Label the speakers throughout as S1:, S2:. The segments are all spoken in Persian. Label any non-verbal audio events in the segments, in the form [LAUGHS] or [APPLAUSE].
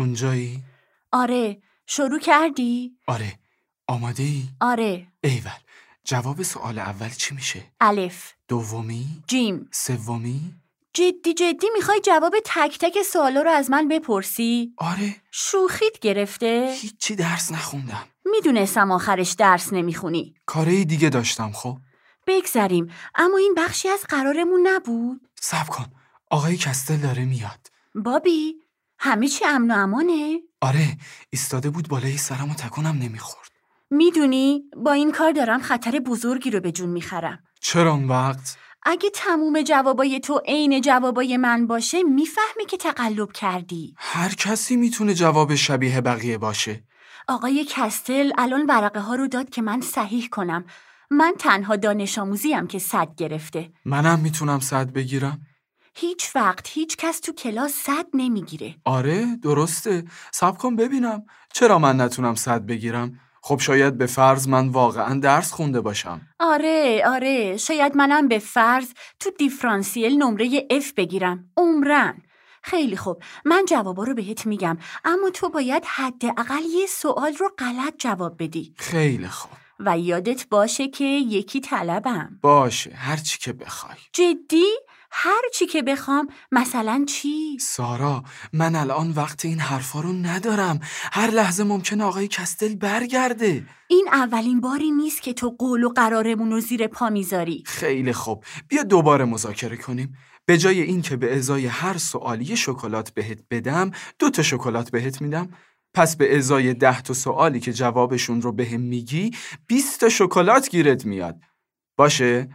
S1: اونجایی؟
S2: آره شروع کردی؟
S1: آره آماده ای؟
S2: آره
S1: ایول جواب سوال اول چی میشه؟
S2: الف
S1: دومی؟
S2: جیم
S1: سومی؟
S2: جدی جدی میخوای جواب تک تک سوالا رو از من بپرسی؟
S1: آره
S2: شوخیت گرفته؟
S1: هیچی درس نخوندم
S2: میدونستم آخرش درس نمیخونی
S1: کاره دیگه داشتم خب
S2: بگذریم اما این بخشی از قرارمون نبود
S1: سب کن آقای کستل داره میاد
S2: بابی همه چی امن و امانه؟
S1: آره ایستاده بود بالای سرم و تکونم نمیخورد
S2: میدونی با این کار دارم خطر بزرگی رو به جون میخرم
S1: چرا اون وقت؟
S2: اگه تموم جوابای تو عین جوابای من باشه میفهمی که تقلب کردی
S1: هر کسی میتونه جواب شبیه بقیه باشه
S2: آقای کستل الان ورقه ها رو داد که من صحیح کنم من تنها دانش آموزیم که صد گرفته
S1: منم میتونم صد بگیرم
S2: هیچ وقت هیچ کس تو کلاس صد نمیگیره
S1: آره درسته سب کن ببینم چرا من نتونم صد بگیرم خب شاید به فرض من واقعا درس خونده باشم
S2: آره آره شاید منم به فرض تو دیفرانسیل نمره F بگیرم عمرن خیلی خوب من جوابا رو بهت میگم اما تو باید حداقل یه سوال رو غلط جواب بدی
S1: خیلی خوب
S2: و یادت باشه که یکی طلبم
S1: باشه هر چی که بخوای
S2: جدی هر چی که بخوام مثلا چی
S1: سارا من الان وقت این حرفا رو ندارم هر لحظه ممکنه آقای کستل برگرده
S2: این اولین باری نیست که تو قول و قرارمون رو زیر پا میذاری
S1: خیلی خوب بیا دوباره مذاکره کنیم به جای اینکه به ازای هر سوال یه شکلات بهت بدم دو تا شکلات بهت میدم پس به ازای ده تا سوالی که جوابشون رو بهم میگی 20 تا شکلات گیرت میاد باشه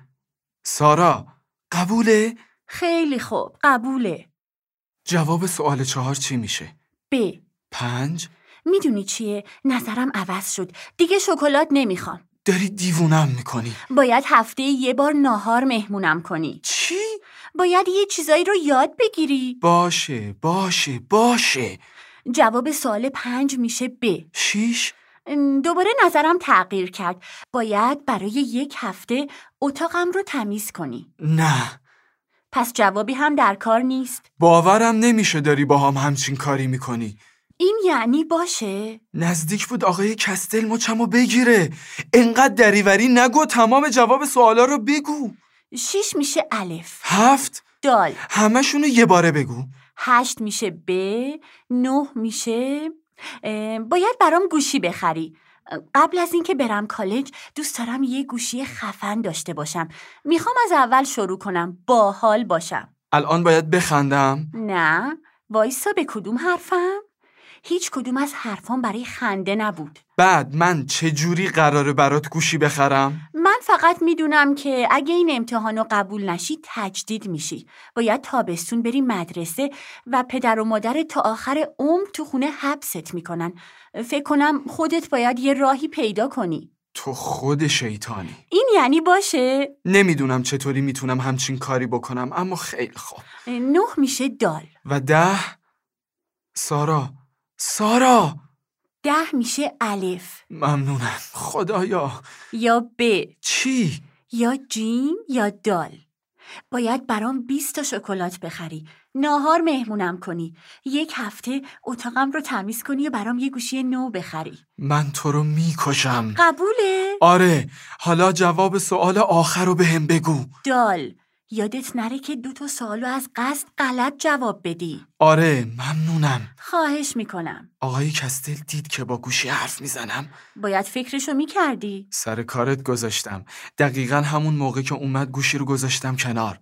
S1: سارا قبوله
S2: خیلی خوب قبوله
S1: جواب سوال چهار چی میشه
S2: ب
S1: پنج
S2: میدونی چیه نظرم عوض شد دیگه شکلات نمیخوام
S1: داری دیوونم میکنی
S2: باید هفته یه بار ناهار مهمونم کنی
S1: چی
S2: باید یه چیزایی رو یاد بگیری
S1: باشه باشه باشه
S2: جواب سوال پنج میشه ب
S1: شیش
S2: ام، دوباره نظرم تغییر کرد باید برای یک هفته اتاقم رو تمیز کنی
S1: نه
S2: پس جوابی هم در کار نیست
S1: باورم نمیشه داری با هم همچین کاری میکنی
S2: این یعنی باشه
S1: نزدیک بود آقای کستل مچمو بگیره انقدر دریوری نگو تمام جواب سوالا رو بگو
S2: شیش میشه الف
S1: هفت
S2: دال
S1: همشونو یه باره بگو
S2: هشت میشه ب نه میشه اه، باید برام گوشی بخری قبل از اینکه برم کالج دوست دارم یه گوشی خفن داشته باشم میخوام از اول شروع کنم باحال باشم
S1: الان باید بخندم
S2: نه وایسا به کدوم حرفم هیچ کدوم از حرفام برای خنده نبود
S1: بعد من چجوری قراره برات گوشی بخرم
S2: من فقط میدونم که اگه این امتحانو قبول نشی تجدید میشی باید تابستون بری مدرسه و پدر و مادر تا آخر عمر تو خونه حبست میکنن فکر کنم خودت باید یه راهی پیدا کنی
S1: تو خود شیطانی
S2: این یعنی باشه
S1: نمیدونم چطوری میتونم همچین کاری بکنم اما خیلی خوب
S2: نه میشه دال
S1: و ده سارا سارا
S2: ده میشه الف
S1: ممنونم خدایا
S2: یا ب
S1: چی؟
S2: یا جیم یا دال باید برام 20 تا شکلات بخری ناهار مهمونم کنی یک هفته اتاقم رو تمیز کنی و برام یه گوشی نو بخری
S1: من تو رو میکشم
S2: قبوله
S1: آره حالا جواب سوال آخر رو بهم بگو
S2: دال یادت نره که دو تا سوالو از قصد غلط جواب بدی
S1: آره ممنونم
S2: خواهش میکنم
S1: آقای کستل دید که با گوشی حرف میزنم
S2: باید فکرشو میکردی
S1: سر کارت گذاشتم دقیقا همون موقع که اومد گوشی رو گذاشتم کنار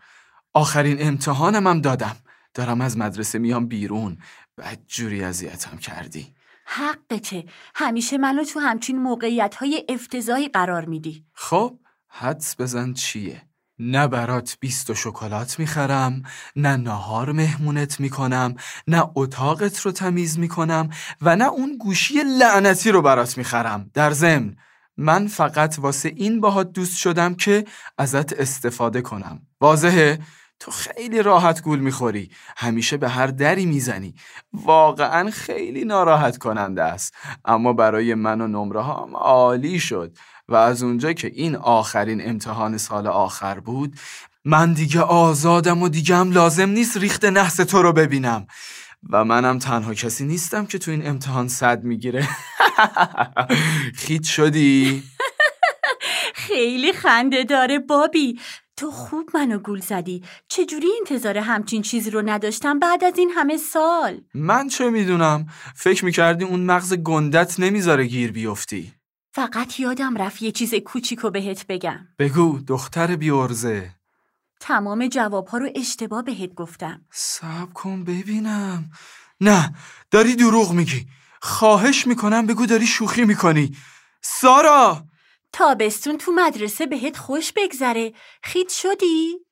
S1: آخرین امتحانم هم دادم دارم از مدرسه میام بیرون بعد جوری اذیتم کردی
S2: حقته همیشه منو تو همچین موقعیت های افتضاحی قرار میدی
S1: خب حدس بزن چیه نه برات بیست و شکلات میخرم نه ناهار مهمونت میکنم نه اتاقت رو تمیز میکنم و نه اون گوشی لعنتی رو برات میخرم در ضمن من فقط واسه این باهات دوست شدم که ازت استفاده کنم واضحه؟ تو خیلی راحت گول میخوری همیشه به هر دری میزنی واقعا خیلی ناراحت کننده است اما برای من و نمره هم عالی شد و از اونجا که این آخرین امتحان سال آخر بود من دیگه آزادم و دیگه هم لازم نیست ریخت نحس تو رو ببینم و منم تنها کسی نیستم که تو این امتحان صد میگیره [LAUGHS] خیت شدی؟
S2: خیلی خنده داره بابی تو خوب منو گول زدی چجوری انتظار همچین چیزی رو نداشتم بعد از این همه سال
S1: من چه میدونم فکر میکردی اون مغز گندت نمیذاره گیر بیفتی
S2: فقط یادم رفت یه چیز کوچیکو بهت بگم
S1: بگو دختر بیارزه
S2: تمام جوابها رو اشتباه بهت گفتم
S1: سب کن ببینم نه داری دروغ میگی خواهش میکنم بگو داری شوخی میکنی سارا
S2: تابستون تو مدرسه بهت خوش بگذره خیت شدی؟